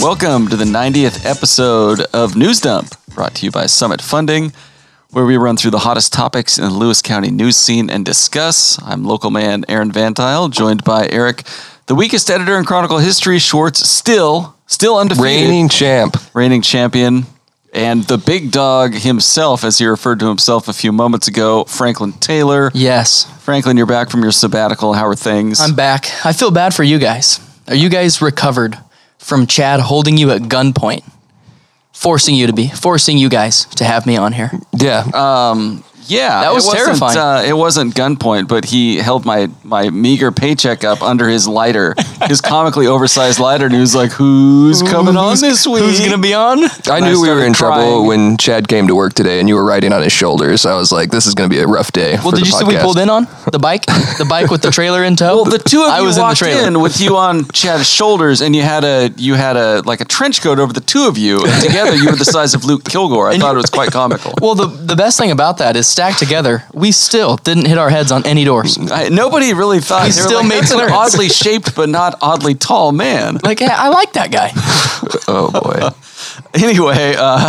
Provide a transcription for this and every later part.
Welcome to the 90th episode of News Dump, brought to you by Summit Funding, where we run through the hottest topics in the Lewis County news scene and discuss. I'm local man Aaron Vantile, joined by Eric, the weakest editor in Chronicle history, Schwartz, still, still undefeated, Reigning champ. reigning champion, and the big dog himself, as he referred to himself a few moments ago, Franklin Taylor. Yes, Franklin, you're back from your sabbatical. How are things? I'm back. I feel bad for you guys. Are you guys recovered from Chad holding you at gunpoint, forcing you to be, forcing you guys to have me on here? Yeah. Yeah, That was it wasn't, terrifying. Uh, it wasn't gunpoint, but he held my my meager paycheck up under his lighter, his comically oversized lighter, and he was like, "Who's coming on this week? Who's gonna be on? I and I knew we were started in trouble crying. when Chad came to work today and you were riding on his shoulders. I was like, this is going to be a rough day. Well, did you see we pulled in on the bike, the bike with the trailer in tow? Well, the two of I you was walked in the trailer. in with you on Chad's shoulders, and you had a you had a like a trench coat over the two of you, and together you were the size of Luke Kilgore. I thought it was quite comical. Well, the the best thing about that is stacked together, we still didn't hit our heads on any doors. I, nobody really thought He they were still like, made "That's an clearance." oddly shaped but not oddly tall man. Like, hey, I like that guy. Oh, boy. anyway, uh,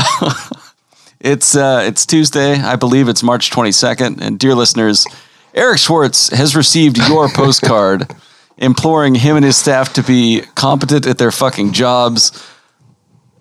it's uh, it's Tuesday. I believe it's March 22nd. And dear listeners, Eric Schwartz has received your postcard imploring him and his staff to be competent at their fucking jobs.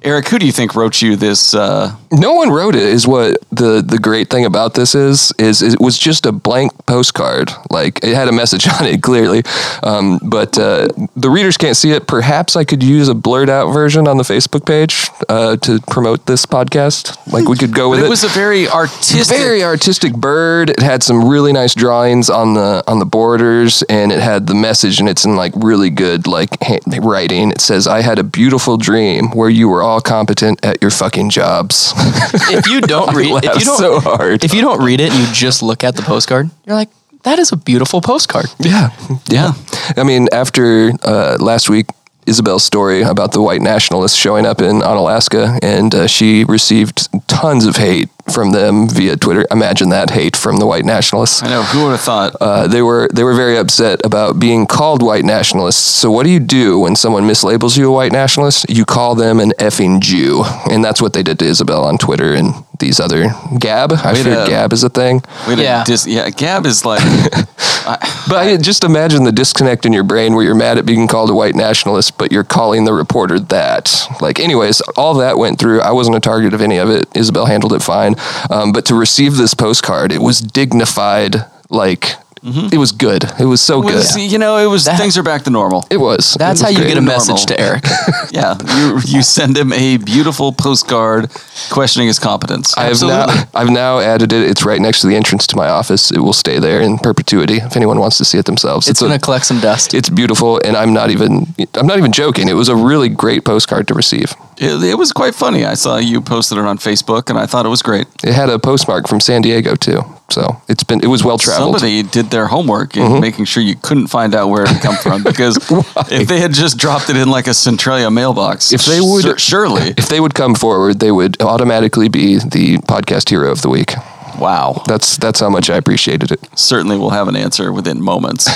Eric, who do you think wrote you this? Uh, no one wrote it is what the, the great thing about this is, is it was just a blank postcard. Like it had a message on it clearly. Um, but, uh, the readers can't see it. Perhaps I could use a blurred out version on the Facebook page, uh, to promote this podcast. Like we could go with it it. was a very artistic. very artistic bird. It had some really nice drawings on the on the borders, and it had the message, and it's in like really good like hand- writing. It says, "I had a beautiful dream where you were all competent at your fucking jobs." If you don't read, if laughed you don't, so hard. if you don't read it, and you just look at the postcard. You're like, that is a beautiful postcard. yeah, yeah. I mean, after uh, last week, Isabel's story about the white nationalists showing up in on Alaska, and uh, she received tons of hate from them via Twitter. Imagine that hate from the white nationalists. I know. Who would have thought? Uh, they were they were very upset about being called white nationalists. So what do you do when someone mislabels you a white nationalist? You call them an effing Jew, and that's what they did to Isabel on Twitter and these other Gab. I Way fear to- Gab is a thing, Wait a- yeah. dis- yeah. Gab is like. but I, just imagine the disconnect in your brain where you're mad at being called a white nationalist, but you're calling the reporter that. Like, anyways, all that went through. I wasn't a target of any of it. Isabel handled it fine, um, but to receive this postcard, it was dignified. Like. It was good. Mm-hmm. It was so good. was, You know, it was That- things are back to normal. It was. That's It how was you great. get a Normal. message to Eric. yeah, you you send him a beautiful postcard questioning his competence. I've Absolutely. now, I've now added it. It's right next to the entrance to my office. It will stay there in perpetuity if anyone wants to see it themselves. It's a- gonna collect some dust. it's beautiful, and I'm not even I'm not even joking. It was a really great postcard to receive. It, it was quite funny. I saw you posted it on Facebook, and I thought it was great. It had a postmark from San Diego too, so it's been it was well traveled. Mm-hmm. Somebody did their homework in making sure you couldn't find out where it had come from because if they had just dropped it in like a Centralia mailbox, If they would- sur- surely. If they would come forward, they would automatically be the podcast hero of the week. Wow, That's that's how much I appreciated it. certainly we'll have an answer within moments.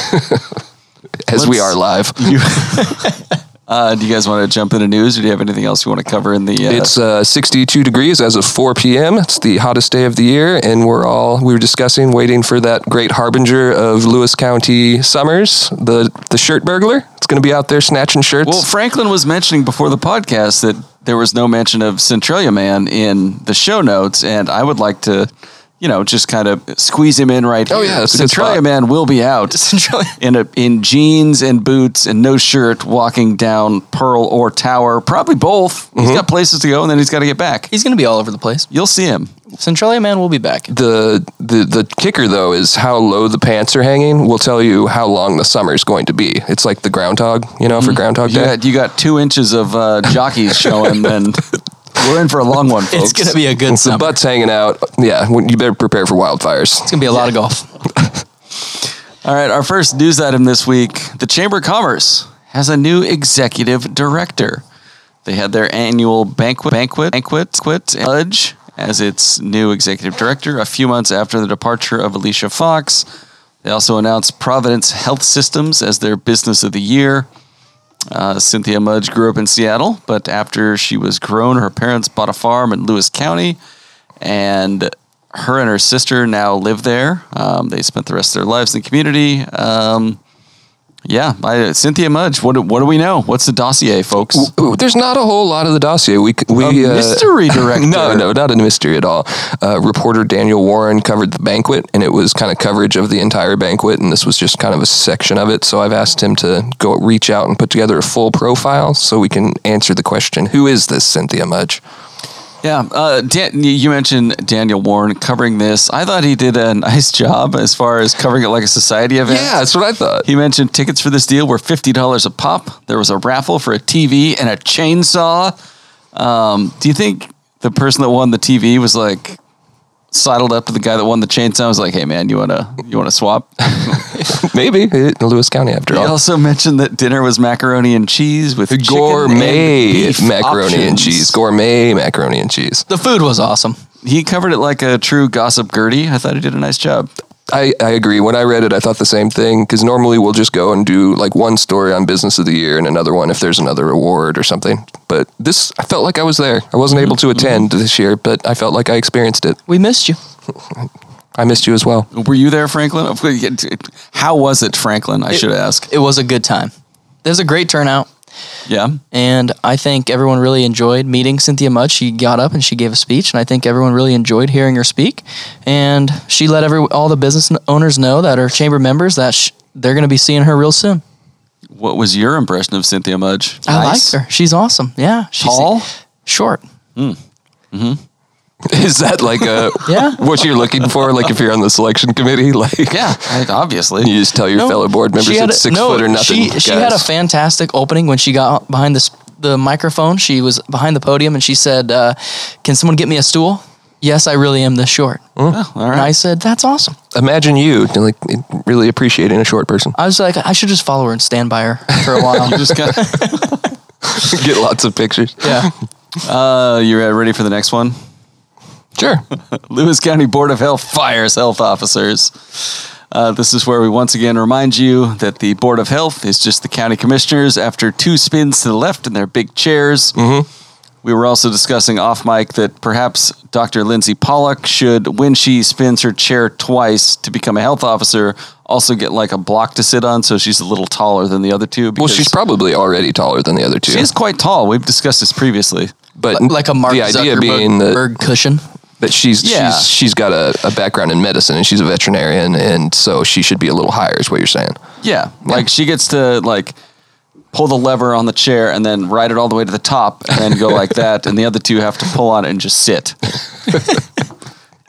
As Let's- we are live. You- uh, do you guys want to jump into news, or do you have anything else you want to cover in the? Uh, It's uh, 62 degrees as of 4 p.m. It's the hottest day of the year, and we're all we were discussing waiting for that great harbinger of Lewis County summers, the the shirt burglar. It's going to be out there snatching shirts. Well, Franklin was mentioning before the podcast that there was no mention of Centralia Man in the show notes, and I would like to, you know, just kind of squeeze him in right Oh, here. yeah, that's a good Centralia spot. Man will be out Centralia- in a, in jeans and boots and no shirt, walking down Pearl or Tower, probably both. Mm-hmm. He's got places to go, and then he's got to get back. He's gonna be all over the place. You'll see him. Centralia man will be back. the, the the kicker though is how low the pants are hanging will tell you how long the summer is going to be. It's like the groundhog, you Mm-hmm. know, for Groundhog You Day. got you got two inches of uh, jockeys showing, then we're in for a long one, folks. It's gonna be a good The summer. butts hanging out. Yeah, when- you better prepare for wildfires. it's gonna be a lot of golf. All right, our first news item this week the Chamber of Commerce has a new executive director. They had their annual banquet, banquet, banquet, quit, and Budge as its new executive director a few months after the departure of Alicia Fox. They also announced Providence Health Systems as their business of the year. Uh, Cynthia Mudge grew up in Seattle, but after she was grown, her parents bought a farm in Lewis County, and her and her sister now live there. Um, they spent the rest of their lives in the community. Um, yeah, I, Cynthia Mudge. What do, what do we know? What's the dossier, folks? Ooh, there's not a whole lot of the dossier. We c- we uh, Um, A mystery director. no, no, not a mystery at all. Uh, reporter Daniel Warren covered the banquet, and it was kind of coverage of the entire banquet, and this was just kind of a section of it. So I've asked him to go reach out and put together a full profile so we can answer the question: Who is this Cynthia Mudge? Yeah, uh, Dan, you mentioned Daniel Warren covering this. I thought he did a nice job as far as covering it like a society event. Yeah, that's what I thought. He mentioned tickets for this deal were fifty dollars a pop. There was a raffle for a TV and a chainsaw. Um, do you think the person that won the TV was like sidled up to the guy that won the chainsaw? and Was like, "Hey man, you wanna you wanna swap?" Maybe in Lewis County, after He all. also mentioned that dinner was macaroni and cheese with chicken and gourmet beef macaroni and options. cheese. Gourmet macaroni and cheese. The food was awesome. He covered it like a true gossip Gertie. I thought he did a nice job. I, I agree. When I read it, I thought the same thing because normally we'll just go and do like one story on business of the year and another one if there's another award or something. But this, I felt like I was there. I wasn't able Mm-hmm. to attend this year, but I felt like I experienced it. We missed you. I missed you as well. Were you there, Franklin? Of course, yeah, t- How was it, Franklin? I should ask. It was a good time. There's a great turnout. Yeah. And I think everyone really enjoyed meeting Cynthia Mudge. She got up and she gave a speech, and I think everyone really enjoyed hearing her speak. And she let every all the business owners know that are chamber members that sh- they're going to be seeing her real soon. What was your impression of Cynthia Mudge? I Nice. like her. She's awesome. Yeah, she's Tall? short. Is that like a Yeah. what you're looking for? Like if you're on the selection committee, like Yeah, I- obviously. you just tell your No, fellow board members she had it's a- six no, foot or nothing. She, she had a guys. fantastic opening when she got behind this the microphone. She was behind the podium and she said, uh, "Can someone get me a stool?" Yes, I really am this short. Oh, all And I right. said, "That's awesome." Imagine you like really appreciating a short person. I was like, "I should just follow her and stand by her for a while." You just got. Get lots of pictures. yeah. Uh, you ready for the next one? Sure. Lewis County Board of Health fires health officers. Uh, this is where we once again remind you that the Board of Health is just the county commissioners after two spins to the left in their big chairs. Mm-hmm. We were also discussing off mic that perhaps Dr. Lindsay Pollock should, when she spins her chair twice to become a health officer, also get like a block to sit on so she's a little taller than the other two. Well, because she's probably already taller than the other two. she is quite tall. We've discussed this previously. but Like a Mark the idea Zuckerberg being that Berg cushion. But she's Yeah. she's she's got a, a background in medicine and she's a veterinarian and so she should be a little higher is what you're saying. Yeah, like she gets to like pull the lever on the chair and then ride it all the way to the top and then go like that, and the other two have to pull on it and just sit.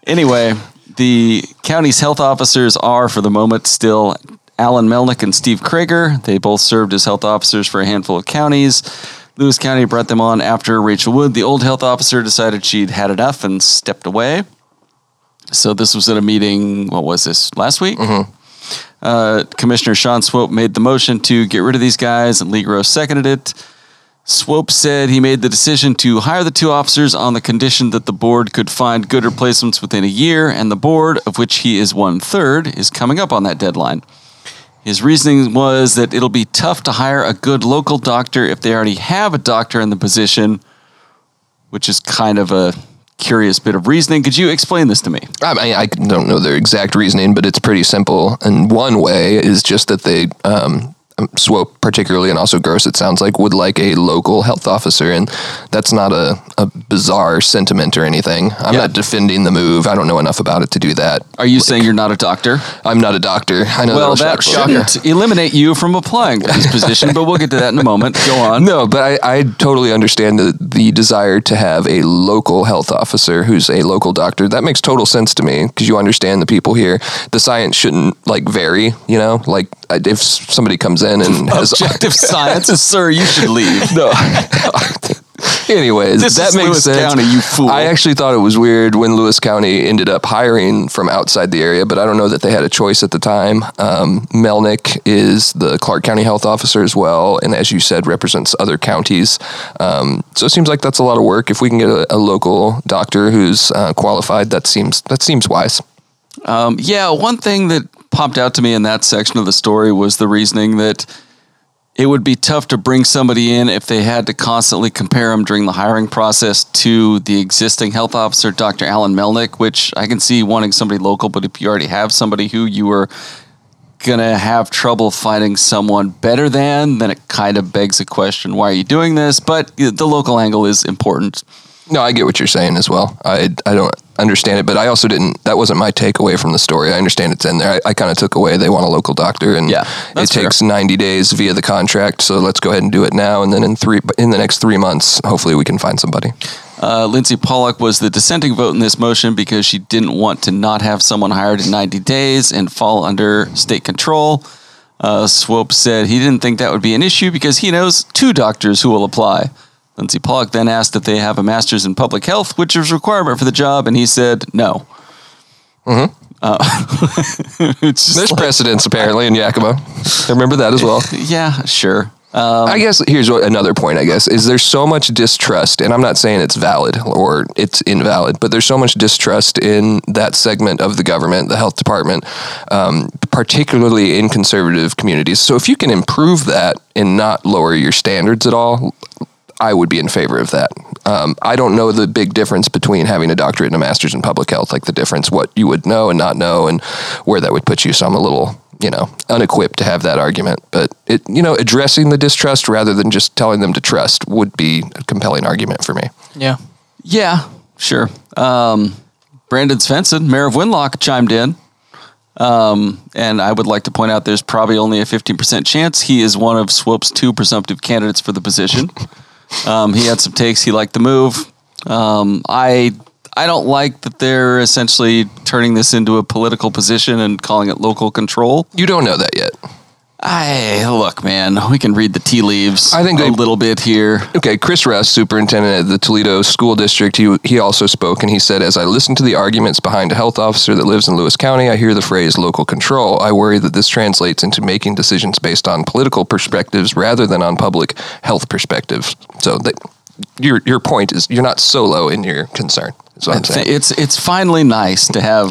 anyway, the county's health officers are, for the moment, still Alan Melnick and Steve Krager. They both served as health officers for a handful of counties. Lewis County brought them on after Rachel Wood, the old health officer, decided she'd had enough and stepped away. So this was at a meeting. What was this last week? Uh, Commissioner Sean Swope made the motion to get rid of these guys, and Lee Gross seconded it. Swope said he made the decision to hire the two officers on the condition that the board could find good replacements within a year, and the board, of which he is one third, is coming up on that deadline. His reasoning was that it'll be tough to hire a good local doctor if they already have a doctor in the position, which is kind of a curious bit of reasoning. Could you explain this to me? I mean, I don't know their exact reasoning, but it's pretty simple. And one way is just that they, um, um, Swope particularly, and also Gross, it sounds like, would like a local health officer. And that's not a, a bizarre sentiment or anything. I'm Yeah. not defending the move. I don't know enough about it to do that. Are you saying you're not a doctor? I'm not a doctor. I know Well, that'll that shock you. shouldn't eliminate you from applying for this position, but we'll get to that in a moment. Go on. No, but I, I totally understand the, the desire to have a local health officer who's a local doctor. That makes total sense to me because you understand the people here. The science shouldn't like vary, you know? Like I- if somebody comes in and has. Objective science, sir, you should leave. No. Anyways, This that is makes Lewis sense. County, you fool. I actually thought it was weird when Lewis County ended up hiring from outside the area, but I don't know that they had a choice at the time. Um, Melnick is the Clark County health officer as well, and as you said, represents other counties. Um, so it seems like that's a lot of work. If we can get a, a local doctor who's uh, qualified, that seems that seems wise. Um, yeah, one thing that popped out to me in that section of the story was the reasoning that it would be tough to bring somebody in if they had to constantly compare them during the hiring process to the existing health officer, Dr. Alan Melnick, which I can see wanting somebody local, but if you already have somebody who you were going to have trouble finding someone better than, then it kind of begs a question why are you doing this? But you know, the local angle is important. No, I get what you're saying as well. I I don't understand it, but I also didn't. That wasn't my takeaway from the story. I understand it's in there. I, I kind of took away they want a local doctor, and Yeah, it that's fair. takes 90 days via the contract. So let's go ahead and do it now, and then in three in the next three months, hopefully we can find somebody. Uh, Lindsay Pollock was the dissenting vote in this motion because she didn't want to not have someone hired in 90 days and fall under state control. Uh, Swope said he didn't think that would be an issue because he knows two doctors who will apply. Lindsay Pollock then asked if they have a master's in public health, which is a requirement for the job, and he said no. Mm-hmm. Uh, it's just There's like, precedence apparently in Yakima. I remember that as well. yeah, sure. Uh, I guess here's what, another point. I guess is there's so much distrust, and I'm not saying it's valid or it's invalid, but there's so much distrust in that segment of the government, the health department, um, particularly in conservative communities. So if you can improve that and not lower your standards at all, I would be in favor of that. Um, I don't know the big difference between having a doctorate and a master's in public health, like the difference what you would know and not know, and where that would put you. So I'm a little, you know, unequipped to have that argument. But it, you know, addressing the distrust rather than just telling them to trust would be a compelling argument for me. Yeah. yeah, sure. Um, Brandon Svensson, mayor of Winlock, chimed in. Um, and I would like to point out there's probably only a 15% chance he is one of Swope's two presumptive candidates for the position. Um, he had some takes. He liked the move. Um, I I don't like that they're essentially turning this into a political position and calling it local control. You don't know that yet. I look, man, we can read the tea leaves. I think a they- little bit here. Okay, Chris Russ, superintendent at the Toledo School District, he, he also spoke and he said, As I listen to the arguments behind a health officer that lives in Lewis County, I hear the phrase local control. I worry that this translates into making decisions based on political perspectives rather than on public health perspectives. So that, your, your point is you're not solo in your concern, is what I'm saying. It's it's finally nice to have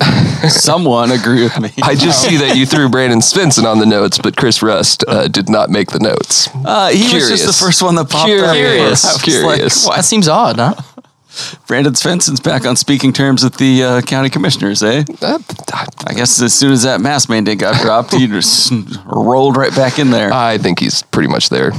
someone agree with me. I just see that you threw Brandon Svensson on the notes, but Chris Rust uh, did not make the notes. Uh, he was Curious. just the first one that popped up. Curious. I was like, Curious. "What?" That seems odd, huh? Brandon Svensson's back on speaking terms with the uh, county commissioners, eh? Uh, I guess as soon as that mask mandate got dropped, he just rolled right back in there. I think he's pretty much there.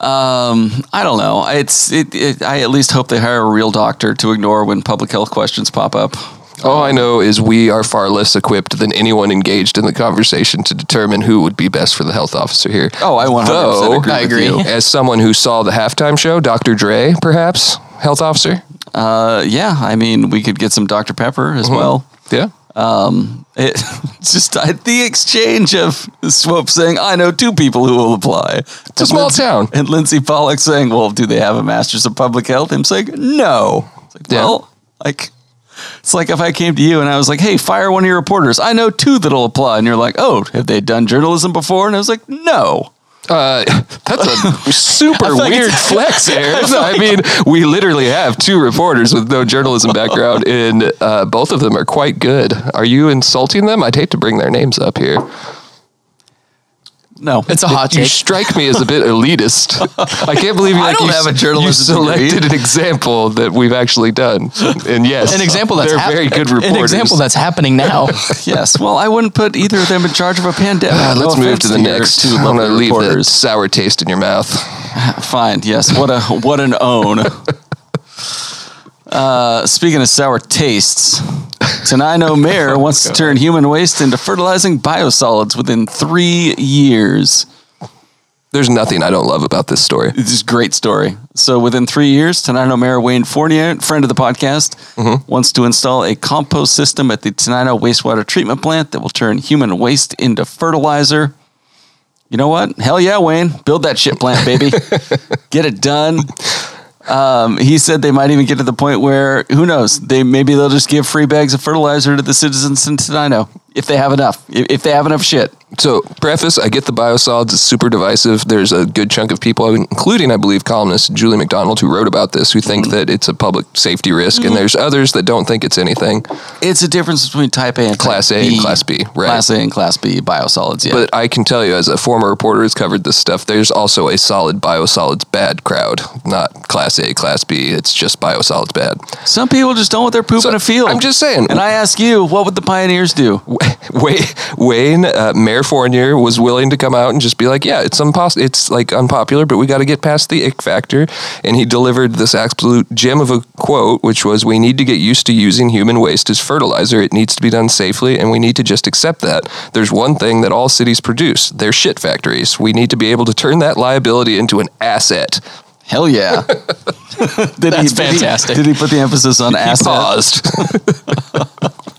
I don't know. It's it, it. I at least hope they hire a real doctor to ignore when public health questions pop up. All I know is we are far less equipped than anyone engaged in the conversation to determine who would be best for the health officer here. Oh, I 100% Though, agree I with agree. you. As someone who saw the halftime show, Dr. Dre, perhaps, health officer. Uh, yeah, I mean, we could get some Dr Pepper Mm-hmm. as well. Yeah. It just I, the exchange of Swope saying, "I know two people who will apply." It's a small town. and Lindsay Pollock saying, "Well, do they have a master's of public health?" Him saying, "No." It's like, Yeah. Well, like it's like if I came to you and I was like, "Hey, fire one of your reporters. I know two that'll apply," and you're like, "Oh, have they done journalism before?" And I was like, "No." Uh, that's a super like weird flex, Aaron. I mean, we literally have two reporters with no journalism background, and uh, both of them are quite good. Are you insulting them? I'd hate to bring their names up here. No, It's a hot You take. strike me as a bit elitist. I can't believe you, I like, don't you, have a you journalism selected degree. an example that we've actually done. And yes, An example that's they're hap- very good reporters. An example that's happening now. yes. Well, I wouldn't put either of them in charge of a pandemic. Uh, No let's move offense to the your next. Two I'm going to lovely leave that reporters. sour taste in your mouth. Fine. Yes. What a what an own. Uh, speaking of sour tastes, Tenino Mayor wants to turn human waste into fertilizing biosolids within three years. There's nothing I don't love about this story. This is a great story. So within three years, Tenino Mayor Wayne Fournier, friend of the podcast, wants to install a compost system at the Tenino wastewater treatment plant that will turn human waste into fertilizer. You know what? Hell yeah, Wayne. Build that shit plant, baby. get it done. Um, he said they might even get to the point where who knows? They maybe they'll just give free bags of fertilizer to the citizens in Tenino if they have enough. If, if they have enough shit. So, preface I get the biosolids is super divisive. There's a good chunk of people, including, I believe, columnist Julie McDonald, who wrote about this, who think that it's a public safety risk. And there's others that don't think it's anything. It's a difference between type A and type Class A and Class B, right. Class A and Class B biosolids. Yeah. But I can tell you, as a former reporter who's covered this stuff, there's also a solid biosolids bad crowd, not class A, class B. It's just biosolids bad. Some people just don't want their poop So, in a field. I'm just saying. And I ask you, what would the pioneers do? Wayne, Wayne uh, Mayor Fournier was willing to come out and just be like, "Yeah, it's unpos- it's like unpopular, but we got to get past the ick factor." And he delivered this absolute gem of a quote, which was, "We need to get used to using human waste as fertilizer. It needs to be done safely, and we need to just accept that. There's one thing that all cities produce: they're shit factories. We need to be able to turn that liability into an asset." Hell yeah. did That's did fantastic. Did he, put the emphasis on He asset? paused.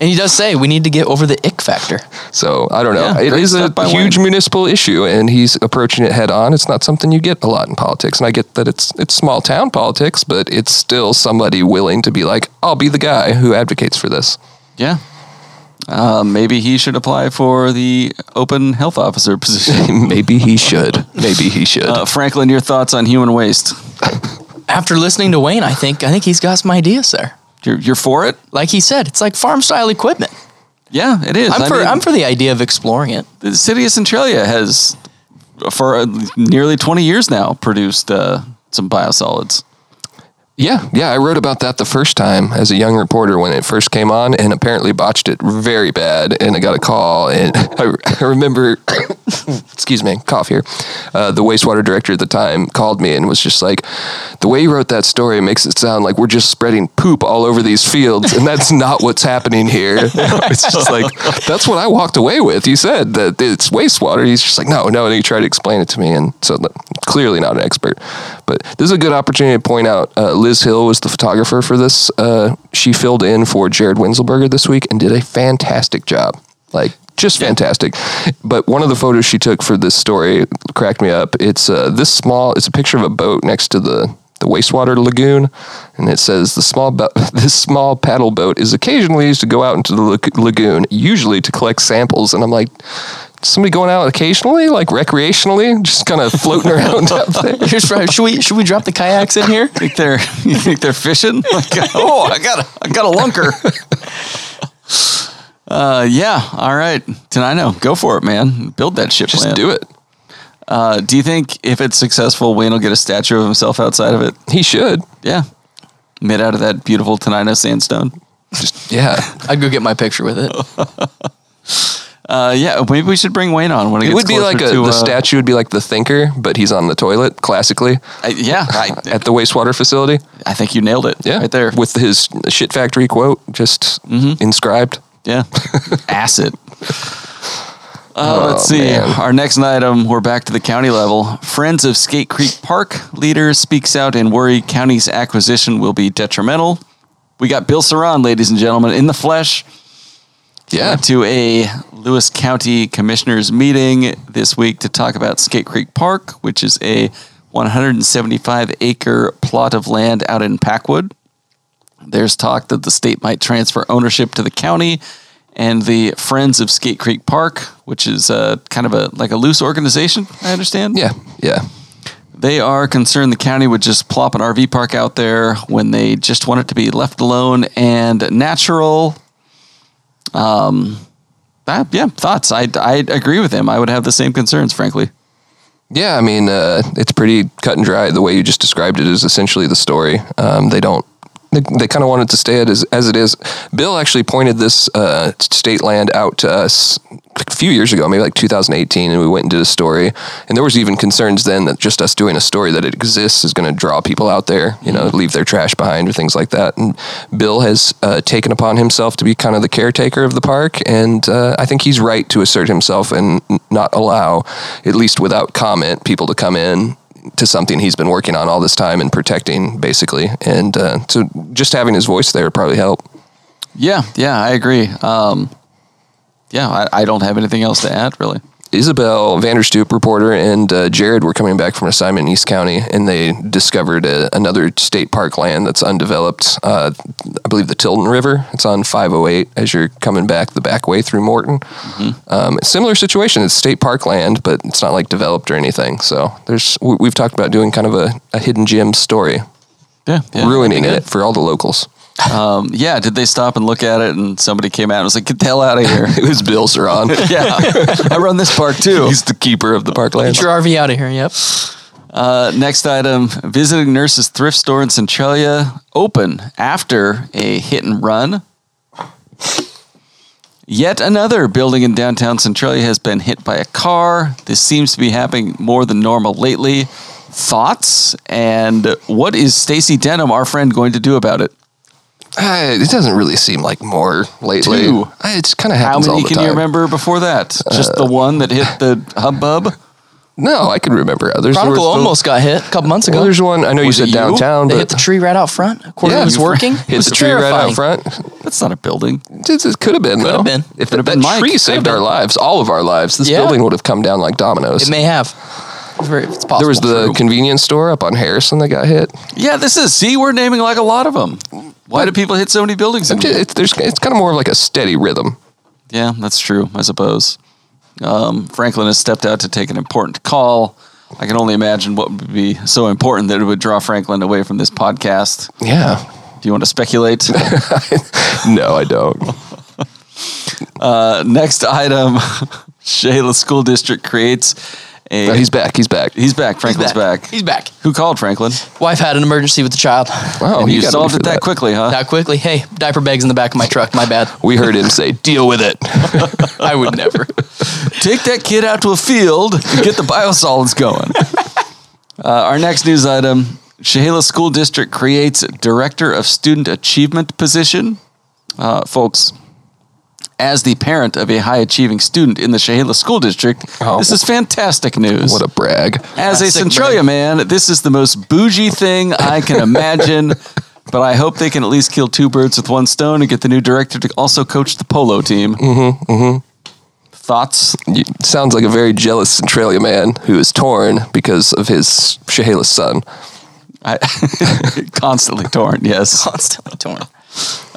And he does say we need to get over the ick factor. so I don't know. Yeah, it great is a stuff by huge municipal issue, and he's approaching it head on. It's not something you get a lot in politics, and I get that it's it's small town politics, but it's still somebody willing to be like, I'll be the guy who advocates for this. Yeah. Uh, maybe he should apply for the open health officer position. Maybe he should. Maybe he should. Uh, Franklin, your thoughts on human waste? After listening to Wayne, I think I think he's got some ideas there. You're, you're for it? Like he said, it's like farm style equipment. Yeah, it is. I'm I for mean, I'm for the idea of exploring it. the city of Centralia has, for uh, nearly 20 years now, produced uh, some biosolids. yeah, yeah. I wrote about that the first time as a young reporter when it first came on, and apparently botched it very bad, and I got a call, and I, I remember. excuse me, cough here. Uh, the wastewater director at the time called me and was just like, "The way you wrote that story makes it sound like we're just spreading poop all over these fields, and that's not what's happening here." it's just like that's what I walked away with. You said that it's wastewater. He's just like, "No, no," and he tried to explain it to me, and so th- clearly not an expert. But this is a good opportunity to point out uh, Liz Hill was the photographer for this. Uh, she filled in for Jared Winselberger this week and did a fantastic job. Like just fantastic. But one of the photos she took for this story cracked me up. It's uh, this small. It's a picture of a boat next to the the wastewater lagoon, and it says the small bo- this small paddle boat is occasionally used to go out into the lag- lagoon, usually to collect samples. And I'm like. Somebody going out occasionally, like recreationally, just kind of floating around out there. Here's right. Should we should we drop the kayaks in here? Think they're you think they're fishing? Like, oh, I got a I got a lunker. Uh, yeah. All right, Tenino, go for it, man. Build that ship. Just plan. do it. Uh, do you think if it's successful, Wayne will get a statue of himself outside of it? He should. Yeah, made out of that beautiful Tenino sandstone. Just yeah. I'd go get my picture with it. Uh, yeah, maybe we should bring Wayne on when it, It gets would be closer like a, to, the uh, statue would be like the thinker, but he's on the toilet classically I- yeah, I, at the wastewater facility. I think you nailed it. Yeah, right there. Mm-hmm. with his shit factory quote just inscribed. Yeah. Acid. Uh, let's Oh, see. man. Our next item, we're back to the county level. Friends of Skate Creek Park leader speaks out and worry county's acquisition will be detrimental. We got Bill Saran, ladies and gentlemen, in the flesh Yeah, to a Lewis County Commissioners meeting this week to talk about Skate Creek Park, which is a 175 acre plot of land out in Packwood. There's talk that the state might transfer ownership to the county, and the Friends of Skate Creek Park, which is uh, kind of a like a loose organization, I understand. yeah, yeah. They are concerned the county would just plop an RV park out there when they just want it to be left alone and natural. Um, that- yeah, thoughts. I, I agree with him. I would have the same concerns, frankly. Yeah, I mean, uh, it's pretty cut and dry. The way you just described it is essentially the story. Um, they don't. They, they kind of wanted to stay it as, as it is. Bill actually pointed this uh, state land out to us a few years ago, maybe like 2018, and we went and did a story. And there was even concerns then that just us doing a story that it exists is going to draw people out there, you know, leave their trash behind or things like that. And Bill has uh, taken upon himself to be kind of the caretaker of the park, and uh, I think he's right to assert himself and n- not allow, at least without comment, people to come in to something he's been working on all this time and protecting, basically. And uh, so, just having his voice there would probably help. Yeah, yeah, I agree. Um, yeah, I, I don't have anything else to add, really. Isabel Vanderstoop, reporter, and uh, Jared were coming back from an assignment in East County, and they discovered a, another state park land that's undeveloped. Uh, I believe the Tilden River. It's on 508 as you're coming back the back way through Morton. Mm-hmm. Um, similar situation. It's state park land, but it's not like developed or anything. So there's we, we've talked about doing kind of a, a hidden gem story, Yeah, yeah. ruining it for all the locals. Um, yeah, did they stop and look at it? And somebody came out and was like, "Get the hell out of here!" It was Bill Saran. yeah, I run this park too. He's the keeper of the park land. Get your RV out of here. Yep. Uh, next item: visiting nurses thrift store in Centralia open after a hit and run. Yet another building in downtown Centralia has been hit by a car. This seems to be happening more than normal lately. Thoughts and what is Stacy Denham, our friend, going to do about it? Uh, it doesn't really seem like more lately. Two. Uh, It's kind of How happens all many the can time. Uh, you remember before that? Just the one that hit the hubbub. No, I can remember others. There Chronicle was the- almost got hit a couple months Well, ago. there's one. I know you Was said it you? downtown, They but hit the tree right out front. According Yeah, it was you- working. It hit was the tree right out terrifying. front. That's not a building. It, it could have been though. been. If Could have that been Mike. Could tree have saved been- our lives, all of our lives, this Yeah. building would have come down like dominoes. It may have. It's very- it's possible. there was the convenience store up on Harrison that got hit. Yeah, this is. See, we're naming like a lot of them. Why do people hit so many buildings? In It- here? It's, there's, it's kind of more of like a steady rhythm. Yeah, that's true, I suppose. Um, Franklin has stepped out to take an important call. I can only imagine what would be so important that it would draw Franklin away from this podcast. Yeah. Do you want to speculate? No, I don't. uh, next item Shayla School District creates a. No, he's back. He's back. he's back. Franklin's back. He's back. Who called Franklin? Wife had an emergency with the child. wow, and you, gotta solved be it for that, quickly, huh? Not quickly. Hey, diaper bags in the back of my truck. My bad. We heard him say, "Deal with it." I would never. take that kid out to a field and get the biosolids going. Uh, our next news item Chehalis School District creates Director of Student Achievement position. Uh, folks, as the parent of a high achieving student in the Chehalis School District, Oh. this is fantastic news. What a brag! As a Sick Centralia man, this is the most bougie thing I can imagine. but I hope they can at least kill two birds with one stone and get the new director to also coach the polo team. Mm-hmm, mm-hmm. Thoughts? You- sounds like a very jealous Centralia man who is torn because of his Shehala's son. I, constantly torn, yes. Constantly torn.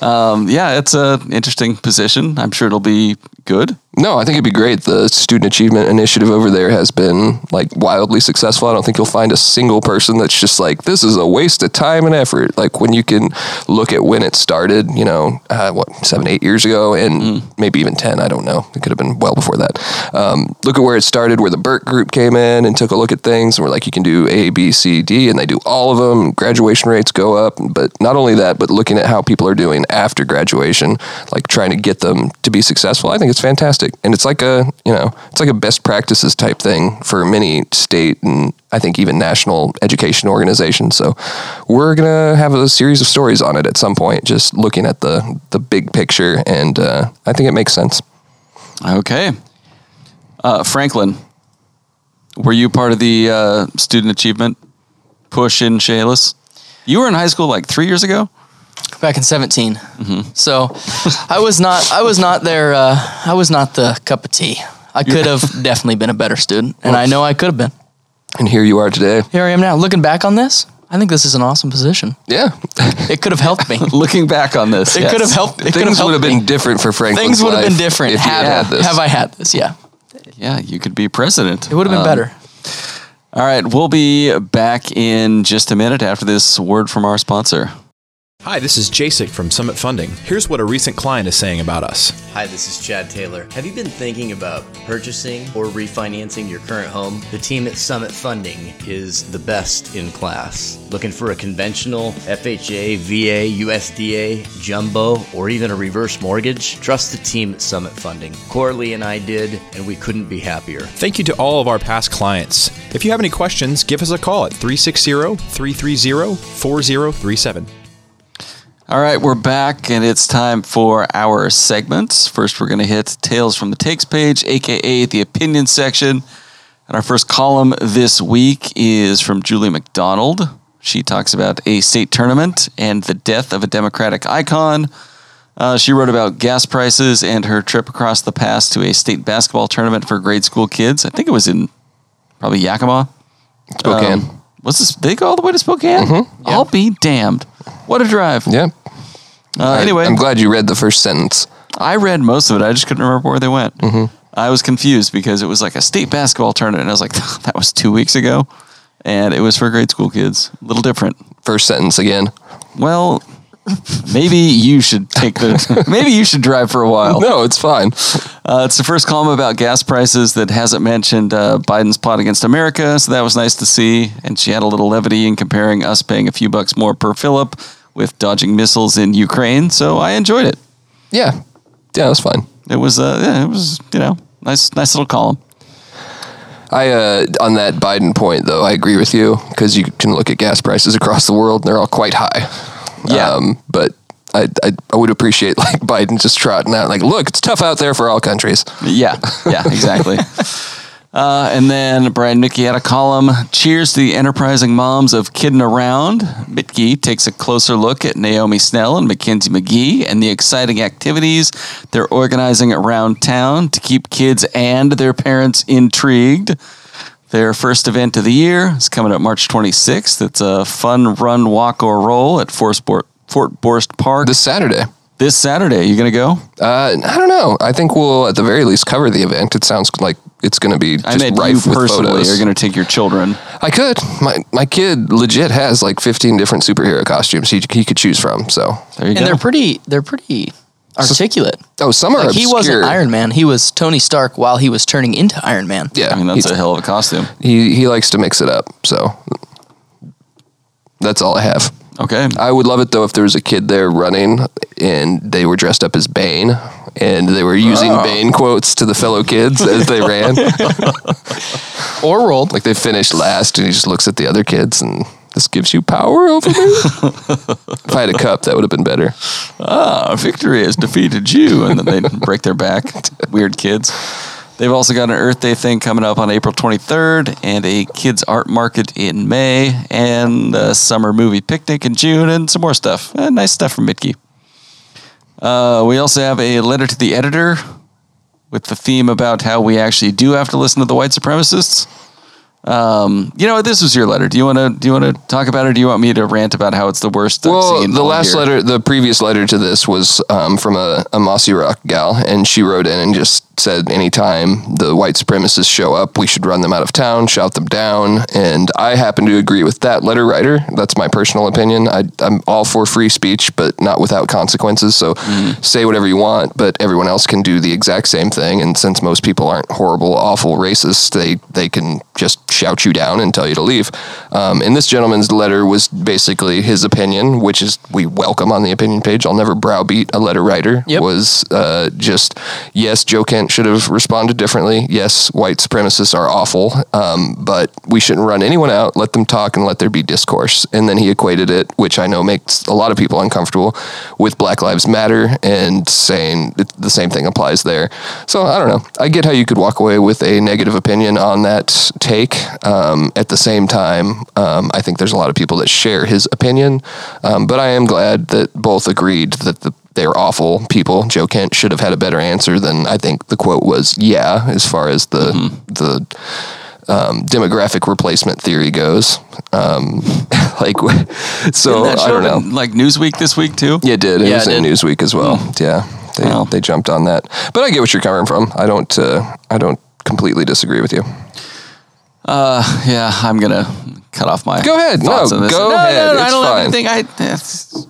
Um, yeah, it's an interesting position. I'm sure it'll be good. No, I think it'd be great. The student achievement initiative over there has been like wildly successful. I don't think you'll find a single person that's just like, this is a waste of time and effort. Like when you can look at when it started, you know, uh, what, seven, eight years ago, and maybe even 10, I don't know. It could have been well before that. Um, look at where it started, where the Burt group came in and took a look at things and we're like, you can do A, B, C, D, and they do all of them. Graduation rates go up. But not only that, but looking at how people are doing after graduation, like trying to get them to be successful, I think it's fantastic. And it's like a, you know, it's like a best practices type thing for many state and I think even national education organizations. So we're going to have a series of stories on it at some point, just looking at the, the big picture. And uh, I think it makes sense. Okay. Uh, Franklin, were you part of the uh, student achievement push in Chehalis? You were in high school like three years ago? back in 17 Mm-hmm. so i was not i was not there uh, i was not the cup of tea i could have definitely been a better student and i know i could have been And here you are today. here i am now looking back on this i think this is an awesome position Yeah. it could have helped me it Looking back on this, yes. could have helped it could have Things would helped have me. been different for Franklin's things would have been life different if he had, had this. have i had this yeah Yeah, you could be president. it would have been Um, better All right, we'll be back in just a minute after this word from our sponsor. Hi, this is Jacek from Summit Funding. Here's what a recent client is saying about us. Hi, this is Chad Taylor. Have you been thinking about purchasing or refinancing your current home? The team at Summit Funding is the best in class. Looking for a conventional FHA, VA, USDA, jumbo, or even a reverse mortgage? Trust the team at Summit Funding. Corley and I did, and we couldn't be happier. Thank you to all of our past clients. If you have any questions, give us a call at 360 330 4037. All right, we're back, and it's time for our segments. First, we're going to hit Tales from the Takes page, aka the opinion section. And our first column this week is from Julie McDonald. She talks about a state tournament and the death of a Democratic icon. Uh, she wrote about gas prices and her trip across the pass to a state basketball tournament for grade school kids. I think it was in probably Yakima. Um, Spokane. Mm-hmm. What's this? They go all the way to Spokane? I'll be damned. What a drive. yeah. Uh, anyway, I'm glad you read the first sentence. I read most of it. I just couldn't remember where they went. I was confused because it was like a state basketball tournament. And I was like, that was two weeks ago. And it was for grade school kids. A little different. First sentence again. Well, maybe you should take the, maybe you should drive for a while. No, it's fine. Uh, it's the first column about gas prices that hasn't mentioned uh, Biden's plot against America, so that was nice to see. And she had a little levity in comparing us paying a few bucks more per Philip with dodging missiles in Ukraine. So I enjoyed it. Yeah. Yeah, that's fine. It was, uh, yeah, it was, you know, nice, nice little column. I uh, on that Biden point though, I agree with you because you can look at gas prices across the world and they're all quite high. Um, Yeah. but I, I I would appreciate like Biden just trotting out like, look, it's tough out there for all countries. Yeah, yeah, exactly. Uh, and then Brian Mickey had a column. Cheers to the enterprising moms of Kiddin' Around. Mickey takes a closer look at Naomi Snell and Mackenzie McGee and the exciting activities they're organizing around town to keep kids and their parents intrigued. Their first event of the year is coming up March 26th. It's a fun run, walk, or roll at Fort, Sport, Fort Borst Park This Saturday. this Saturday. You going to go? Uh, I don't know. I think we'll at the very least cover the event. It sounds like it's going to be just I mean, you rife with personally photos. are going to take your children. I could. My my kid legit has like 15 different superhero costumes he, he could choose from. So There you and they're pretty they're pretty articulate. oh, some are Like he wasn't obscure. Iron Man; he was Tony Stark while he was turning into Iron Man. Yeah, I mean, that's he's- a hell of a costume. he he likes to mix it up. So that's all I have. Okay. I would love it though if there was a kid there running and they were dressed up as Bane and they were using Oh. Bane quotes to the fellow kids as they ran. Or rolled. like they finished last and he just looks at the other kids and this gives you power over me. if I had a cup, that would have been better. Ah, victory has defeated you. And then they break their back. Weird kids. They've also got an Earth Day thing coming up on April 23rd and a kids' art market in May and a summer movie picnic in June and some more stuff. Eh, nice stuff from Mitke. Uh, we also have a letter to the editor with the theme about how we actually do have to listen to the white supremacists. Um, you know, what? this was your letter. Do you want to do you want to talk about it? Or do you want me to rant about how it's the worst? I've Well, seen the all last year? letter, the previous letter to this was um, from a, a Mossy Rock gal, and she wrote in and just said, anytime the white supremacists show up, we should run them out of town, shout them down. And I happen to agree with that letter writer. That's my personal opinion. I, I'm all for free speech, but not without consequences. So say whatever you want, but everyone else can do the exact same thing. And since most people aren't horrible, awful racists, they they can just shout you down and tell you to leave. Um, and this gentleman's letter was basically his opinion, which is we welcome on the opinion page. I'll never browbeat a letter writer. Yep. Was uh, just yes, Joe Kent should have responded differently. Yes, white supremacists are awful, um, but we shouldn't run anyone out. Let them talk and let there be discourse. And then he equated it, which I know makes a lot of people uncomfortable, with Black Lives Matter and saying that the same thing applies there. So I don't know. I get how you could walk away with a negative opinion on that take. Um, at the same time, um, I think there's a lot of people that share his opinion, um, but I am glad that both agreed that the they're awful people. Joe Kent should have had a better answer than I think the quote was. Yeah, as far as the the um, demographic replacement theory goes, um, like so Didn't that I show up don't know. in, like Newsweek this week too. Yeah, it did. It Yeah, was it in did. Mm. Newsweek as well. Yeah, they Wow. they jumped on that. But I get what you're coming from. I don't uh, I don't completely disagree with you. Yeah, I'm gonna cut off my. Go ahead. thoughts No, on this. go no, ahead. No, no, I It's don't fine. have anything. I. That's,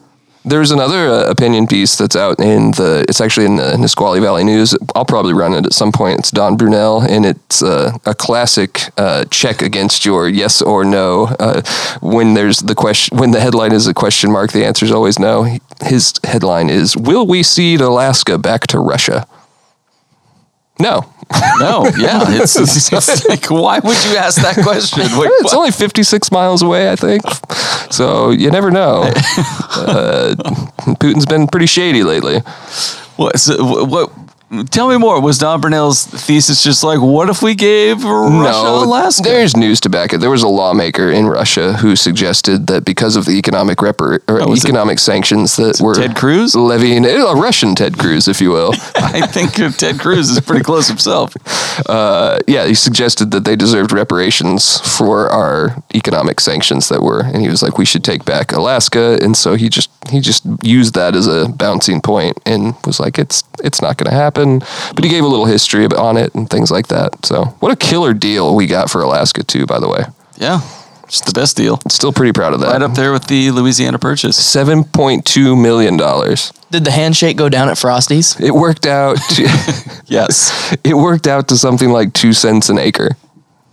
There's another uh, opinion piece that's out in the. It's actually in the Nisqually Valley News. I'll probably run it at some point. It's Don Brunel, and it's uh, a classic uh, check against your yes or no. Uh, when there's the question, when the headline is a question mark, the answer is always no. His headline is: Will we cede Alaska back to Russia? No. no, yeah, it's, it's, it's like why would you ask that question? Wait, It's only 56 miles away, I think. So you never know. uh, Putin's been pretty shady lately. what, what, so, what? Tell me more. Was Don Bernal's thesis just like, what if we gave Russia Alaska? There's news to back it. There was a lawmaker in Russia who suggested that because of the economic repar- or Oh, was it- economic sanctions that were Ted Cruz? levying a Russian Ted Cruz, if you will. I think Ted Cruz is pretty close himself. uh, yeah, he suggested that they deserved reparations for our economic sanctions that were, and he was like, we should take back Alaska, and so he just he just used that as a bouncing point and was like, it's it's not going to happen. But he gave a little history ab- on it and things like that. So what a killer deal we got for Alaska too, by the way. Yeah, it's the best deal. Still pretty proud of that. Right up there with the Louisiana Purchase. Seven point two million dollars. Did the handshake go down at Frosty's? It worked out. To, Yes, it worked out to something like two cents an acre.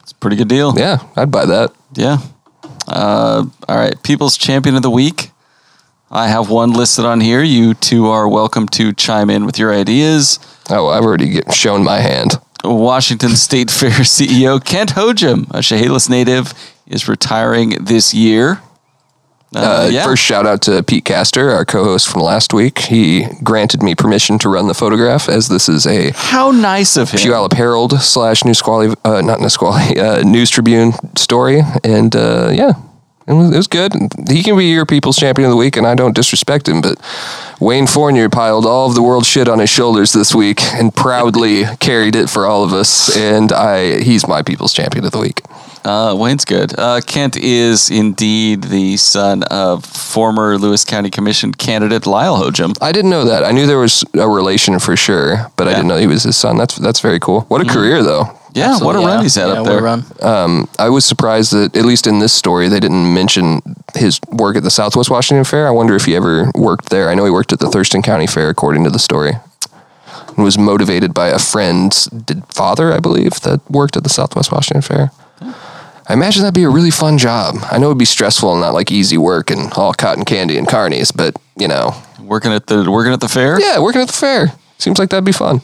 it's a pretty good deal. Yeah, I'd buy that. Yeah. Uh, all right. People's Champion of the Week. I have one listed on here. You two are welcome to chime in with your ideas. Oh, I've already get, shown my hand. Washington State Fair CEO Kent Hojum, a Chehalis native, is retiring this year. Uh, Uh, First, shout out to Pete Castor, our co host from last week. He granted me permission to run the photograph as this is a How nice of him. Puyallup Herald slash New Squally, uh, not New Squally, uh, News Tribune story. And uh, yeah, it was, it was good. He can be your people's champion of the week, and I don't disrespect him, but Wayne Fournier piled all of the world shit on his shoulders this week and proudly carried it for all of us. And I, he's my people's champion of the week. Uh, Wayne's good. Uh, Kent is indeed the son of former Lewis County Commission candidate Lyle Hojum. I didn't know that. I knew there was a relation for sure, but I Yeah. didn't know he was his son. That's that's very cool. What a career though. Yeah, what a Yeah. run he's had Yeah, up what a there. Run. I was surprised that at least in this story they didn't mention his work at the Southwest Washington Fair. I wonder if he ever worked there. I know he worked at the Thurston County Fair according to the story. And was motivated by a friend's d- father, I believe, that worked at the Southwest Washington Fair. I imagine that'd be a really fun job. I know it'd be stressful and not like easy work and all cotton candy and carnies, but you know, Working at the working at the fair. Yeah, working at the fair. Seems like that'd be fun.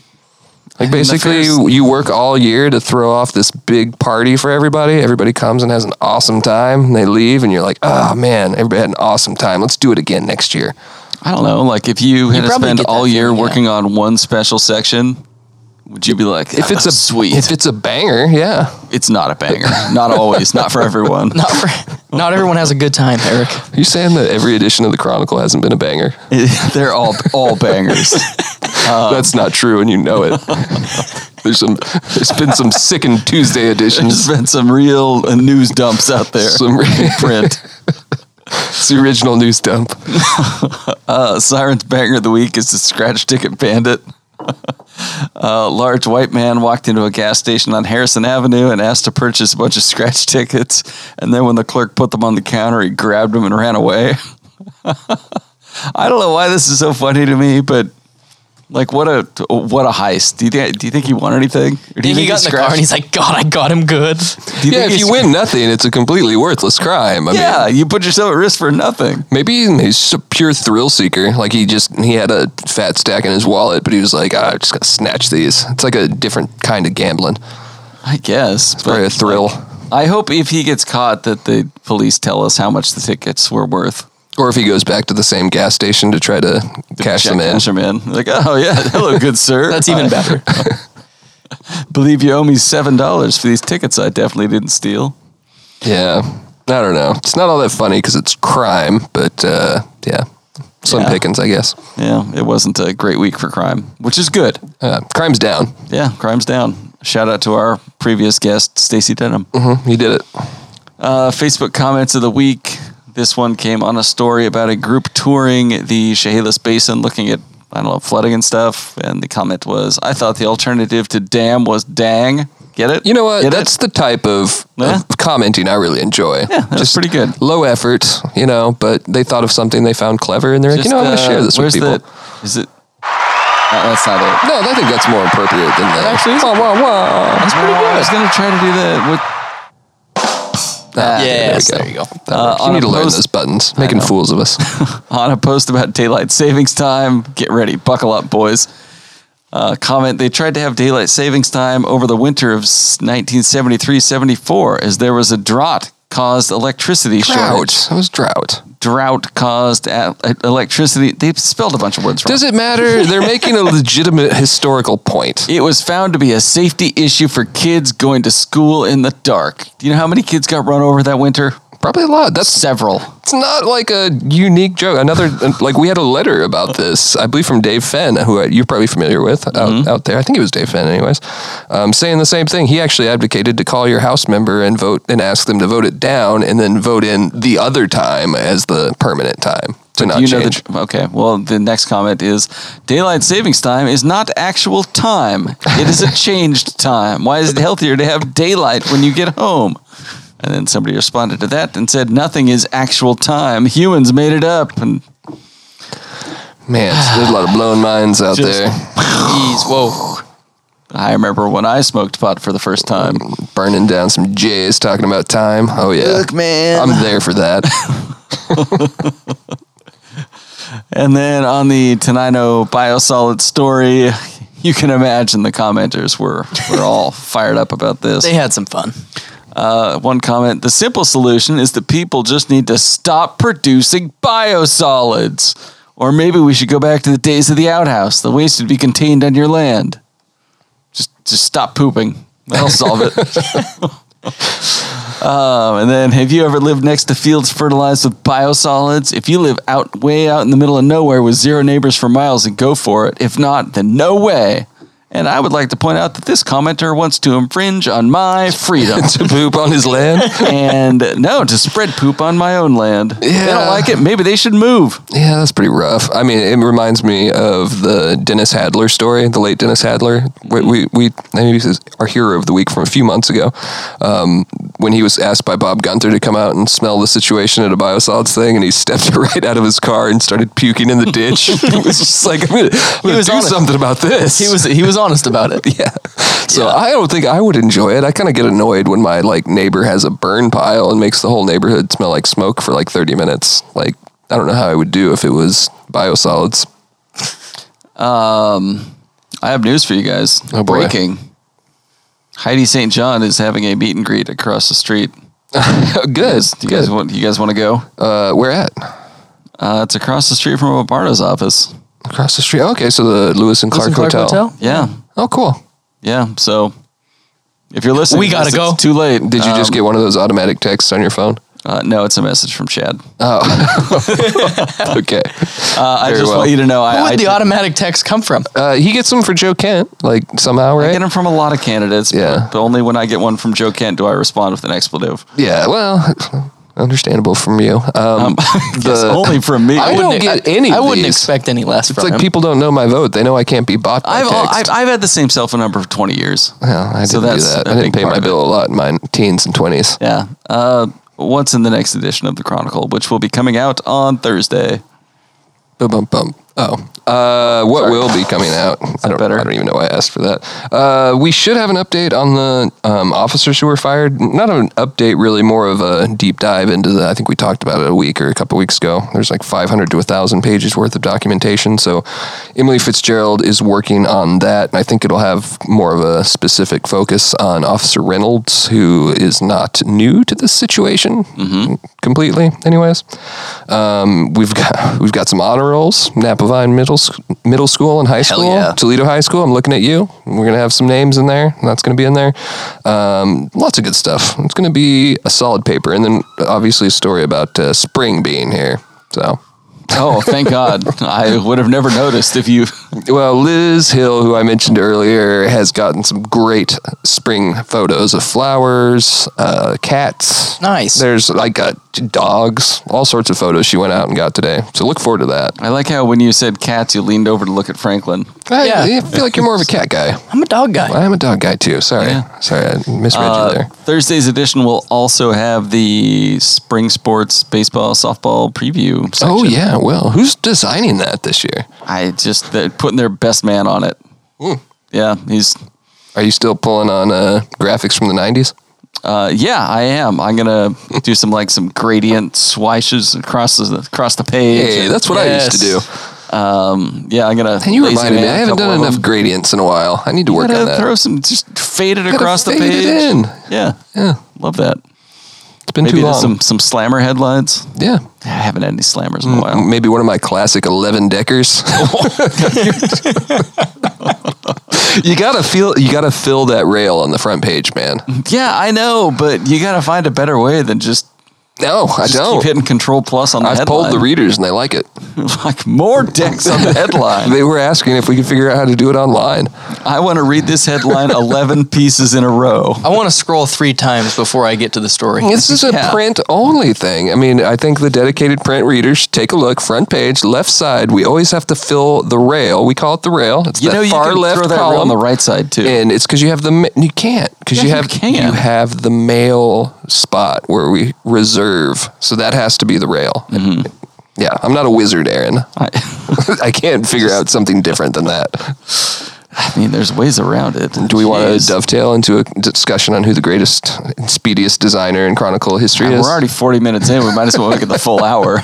Like mean, the basically, fair's- you work all year to throw off this big party for everybody. Everybody comes and has an awesome time. And they leave, and you're like, "Oh man, everybody had an awesome time. Let's do it again next year." I don't know. Like if you had to probably spend get that all year feeling, yeah. working on one special section, would you be like, "Ah, If it's a sweet, if it's a banger, yeah, it's not a banger. not always. Not for everyone. Not for, not everyone has a good time, Eric. you saying that every edition of the Chronicle hasn't been a banger? They're all all bangers. That's not true, and you know it. there's some. There's been some sickened Tuesday There's editions. been some real uh, news dumps out there. Some in print. It's the original news dump. Uh, Siren's banger of the week is the scratch ticket bandit. A large white man walked into a gas station on Harrison Avenue and asked to purchase a bunch of scratch tickets. And then when the clerk put them on the counter, he grabbed them and ran away. I don't know why this is so funny to me, but like, what a what a heist! Do you think do you think he won anything? Or do you he got in the car and he's like, "God, I got him good." do Yeah, think if he you scra- win nothing, it's a completely worthless crime. I mean, yeah, you put yourself at risk for nothing. Maybe he's just a pure thrill seeker. Like he just he had a fat stack in his wallet, but he was like, "Ah, I just gotta snatch these. It's like a different kind of gambling, I guess, probably a but thrill. I hope if he gets caught that the police tell us how much the tickets were worth. Or if he goes back to the same gas station to try to cash Check them in. cash them in. Like, oh yeah, hello, good sir. That's even I better. Believe you owe me seven dollars for these tickets. I definitely didn't steal. Yeah, I don't know. It's not all that funny because it's crime, but uh, yeah, some Yeah. pickings, I guess. Yeah, it wasn't a great week for crime, which is good. Uh, crime's down. Yeah, crime's down. Shout out to our previous guest, Stacy Denham. Hmm, He did it. Uh, Facebook comments of the week. This one came on a story about a group touring the Chehalis Basin, looking at I don't know flooding and stuff. And the comment was, "I thought the alternative to dam was dang." Get it? You know what? Get it? That's the type of, Yeah. of commenting I really enjoy. Yeah, that was pretty good. Low effort, you know, but they thought of something they found clever, and they're like, you know, I'm going to uh, share this with where's people. The, is it? Uh, that's not it. No, I think that's more appropriate than that. Actually, it's- wah, wah, wah. That's pretty good. Uh, I was gonna try to do that. What, Ah, Yes, there we go. That Uh, works. on you need a to learn post- those buttons. Making fools of us. on a post about daylight savings time. Get ready, buckle up, boys. Uh, comment: They tried to have daylight savings time over the winter of 1973-74 as there was a drought caused electricity shortage. Drought. That was drought. Drought caused a- electricity. They spelled a bunch of words wrong. Does it matter? They're making a legitimate historical point. It was found to be a safety issue for kids going to school in the dark. Do you know how many kids got run over that winter? Probably a lot. That's Several. it's not like a unique joke. Another like we had a letter about this, I believe from Dave Fenn, who you're probably familiar with out, Mm-hmm. out there. I think it was Dave Fenn, anyways. Um, saying the same thing. He actually advocated to call your house member and vote and ask them to vote it down, and then vote in the other time as the permanent time to not Do you change. know the okay. Well, the next comment is daylight savings time is not actual time. It is a changed time. Why is it healthier to have daylight when you get home? And then somebody responded to that and said nothing is actual time. Humans made it up. And Man, so there's a lot of blown minds out Just- there, Jeez, whoa. I remember when I smoked pot for the first time. burning down some J's, talking about time. Oh yeah, Look, man. I'm there for that. And then on the Tenino Biosolid story, you can imagine the commenters were, were all fired up about this. They had some fun. Uh, one comment The simple solution is that people just need to stop producing biosolids. Or maybe we should go back to the days of the outhouse. The waste would be contained on your land. Just, just stop pooping. That'll solve it. um, and then, have you ever lived next to fields fertilized with biosolids? If you live out way out in the middle of nowhere with zero neighbors for miles, and go for it. If not, then no way. And I would like to point out that this commenter wants to infringe on my freedom to poop on his land. and no, to spread poop on my own land. They don't Yeah. like it. Maybe they should move. Yeah, that's pretty rough. I mean, it reminds me of the Dennis Hadler story, the late Dennis Hadler. We, we, we maybe this is our hero of the week from a few months ago, um, when he was asked by Bob Gunther to come out and smell the situation at a biosolids thing, and he stepped right out of his car and started puking in the ditch. it was just like, I'm going to was do honest. something about this. He was he was honest about it. Yeah. So I don't think I would enjoy it. I kind of get annoyed when my like neighbor has a burn pile and makes the whole neighborhood smell like smoke for like 30 minutes. Like I don't know how I would do if it was biosolids. I have news for you guys. Oh, boy. Breaking. Heidi St. John is having a meet and greet across the street. Oh, good. You good. guys want you guys want to go? Uh, where at? Uh, it's across the street from Robardo's office. Across the street. Okay, so the Lewis and Clark, Clark Hotel. Hotel? Yeah. Oh, cool. Yeah. So if you're listening, We to gotta this, go. It's too late. Did you just Um, get one of those automatic texts on your phone? Uh, no, it's a message from Chad. Uh, Okay. I Ah, very just well. want you to know. Where I, I would the did- automatic text come from? Uh, he gets them for Joe Kent, like somehow, I right? get them from a lot of candidates. Yeah. But, but only when I get one from Joe Kent do I respond with an expletive. Yeah. Well, understandable from you. Um, It's the, only from me. I don't Wouldn't- e, get I, any. I of wouldn't these. expect any less It's from like him. people don't know my vote. They know I can't be bought by I've, I've text. I've had the same cell phone number for 20 years. yeah, I didn't so that's do that. a I big didn't pay part my of it. bill a lot in my teens and twenties. Yeah. Uh, what's in the next edition of the Chronicle, which will be coming out on Thursday? Boom, boom, boom. Oh, uh, what will be coming out? I don't, better? I don't even know why I asked for that. Uh, we should have an update on the um, officers who were fired. Not an update, really, more of a deep dive into the. I think we talked about it a week or a couple weeks ago. There's like 500 to 1,000 pages worth of documentation. So Emily Fitzgerald is working on that. And I think it'll have more of a specific focus on Officer Reynolds, who is not new to this situation completely, anyways we've got we've got some honor rolls. Napa Vine Middle Sc- Middle School and High School, yeah. Toledo High School. I'm looking at you. We're gonna have some names in there. and That's gonna be in there. Um, lots of good stuff. It's gonna be a solid paper, and then obviously a story about uh, spring being here. So. Oh, thank God. I would have never noticed if you. Well, Liz Hill, who I mentioned earlier, has gotten some great spring photos of flowers, uh, cats. Nice. There's like uh, dogs, all sorts of photos she went out and got today. So look forward to that. I like how when you said cats, you leaned over to look at Franklin. I, Yeah. I feel like you're more of a cat guy. I'm a dog guy. I am a dog guy too. Sorry, Yeah. Uh, sorry, I misread you there. Thursday's edition will also have the spring sports, baseball, softball preview. Section. Oh yeah, well, who's designing that this year? I just they're putting their best man on it. Yeah, he's Are you still pulling on uh, graphics from the '90s? Uh, yeah, I am. I'm gonna do some like some gradient swishes across the across the page. Hey, And- that's what I used to Yes. Um, do. Yeah, I'm gonna. And you lazy reminded me. man I a haven't couple done of enough them. gradients in a while. I need to work on Gotta that. throw some, just fade it Gotta across the fade it page. in. Yeah, Yeah. love that. It's been Maybe too long. there's some some slammer headlines. yeah. I haven't had any slammers in a while. Maybe one of my classic 11 deckers. you gotta feel you gotta fill that rail on the front page, man. Yeah, I know, but you got to find a better way than just, No, I just don't. keep hitting control plus on the I've headline. polled the readers and they like it. like more decks on the headline. They were asking if we could figure out how to do it online. I want to read this headline 11 pieces in a row. I want to scroll three times before I get to the story. This is a Yeah. print only thing. I mean, I think the dedicated print readers take a look, front page, left side. We always have to fill the rail. We call it the rail. It's You that know, you far can left throw that column rail on the right side too. and it's because you have the ma- you can't because Yeah, you you have can. you have the mail spot where we reserve, so that has to be the rail. Mm-hmm. Yeah, I'm not a wizard, Aaron. I, I can't figure out something different than that. I mean, there's ways around it. Do we want to Jeez. dovetail into a discussion on who the greatest and speediest designer in Chronicle history We're is? already 40 minutes in. We might as well make it the full hour.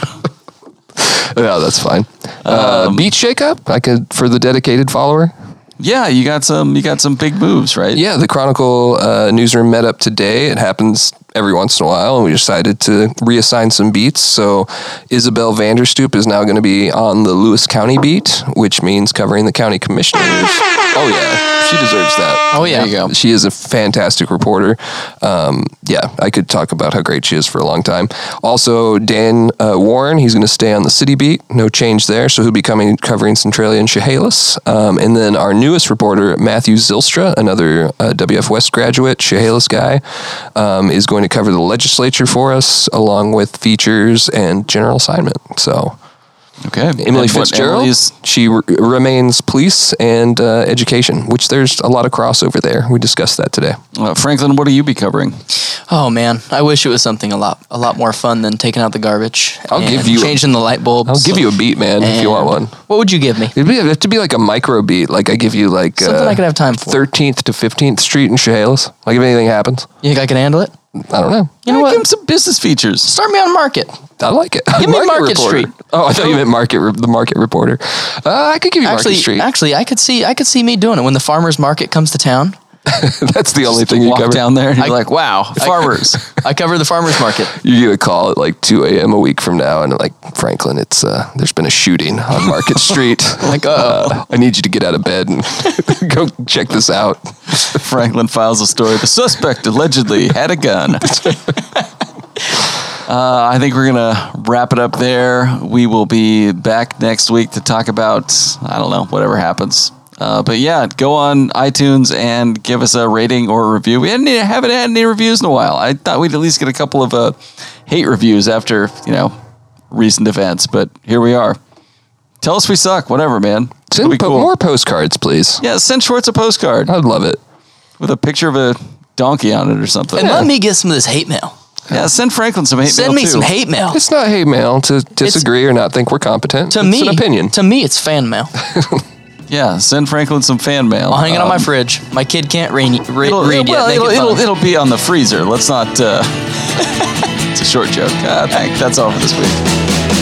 No, that's fine. Uh, beat shakeup, I could for the dedicated follower. Yeah, you got some. You got some big moves, right? Yeah, the Chronicle uh, newsroom met up today. It happens every once in a while, and we decided to reassign some beats. So Isabel Vanderstoop is now going to be on the Lewis County beat, which means covering the county commissioners. oh yeah, she deserves that. Oh, yeah. There you go. She is a fantastic reporter. Um, yeah, I could talk about how great she is for a long time. Also, Dan uh, Warren, he's going to stay on the city beat. No change there. So he'll be coming covering Centralia and Chehalis. Um, and then our newest reporter, Matthew Zilstra, another uh, WF West graduate, Chehalis guy, um, is going to cover the legislature for us, along with features and general assignment. So. Okay. Emily And what Fitzgerald. Emily's- she re- remains police and uh, education, which there's a lot of crossover there. We discussed that today. uh, Franklin, what are you be covering? Oh man, I wish it was something a lot a lot more fun than taking out the garbage. I'll and give you- changing the light bulbs. I'll give you a beat, man, if you want one. And What would you give me? It'd, be, it'd have to be like a micro beat. Like I give you like Something I could have time for. 13th to 15th Street in Chehalis. Like if anything happens, You think I can handle it? I don't know. You know Give him what? some business features. Start me on market. I like it. Give me Market reporter. Street. Oh, I thought you meant market. Re- the market reporter. Uh, I could give you Actually, market street. actually, I could see I could see me doing it when the farmers market comes to town. That's the only thing you Walk cover. down there and you're I- like, wow, farmers. I cover the farmers market. You get a call at like 2 a.m. a week from now, and like Franklin, it's uh, there's been a shooting on Market Street. Like, uh-oh. "Oh." Uh, I need you to get out of bed and go check this out. Franklin files a story. The suspect allegedly had a gun. uh, I think we're gonna wrap it up there. We will be back next week to talk about I don't know whatever happens. Uh, but yeah, go on iTunes and give us a rating or a review. We hadn't, e, haven't had any reviews in a while. I thought we'd at least get a couple of uh, hate reviews after you know recent events, but here we are. Tell us we suck, whatever, man. It'll Send be po- cool. more postcards, please. Yeah, send Schwartz a postcard I'd love it. with a picture of a donkey on it or something. and let me get some of this hate mail. yeah, send Franklin some hate Send mail me too. some hate mail. It's not hate mail to disagree or not think we're competent. to it's me, an opinion. To me, it's fan mail. Yeah, send Franklin some fan mail. I'll hang it on my Um, fridge. My kid can't read, read, It'll, read well, yet. it'll, It'll, it'll, it'll be on the Ah, freezer. Let's not. Uh, it's a short joke. Uh, thank, that's all for this week.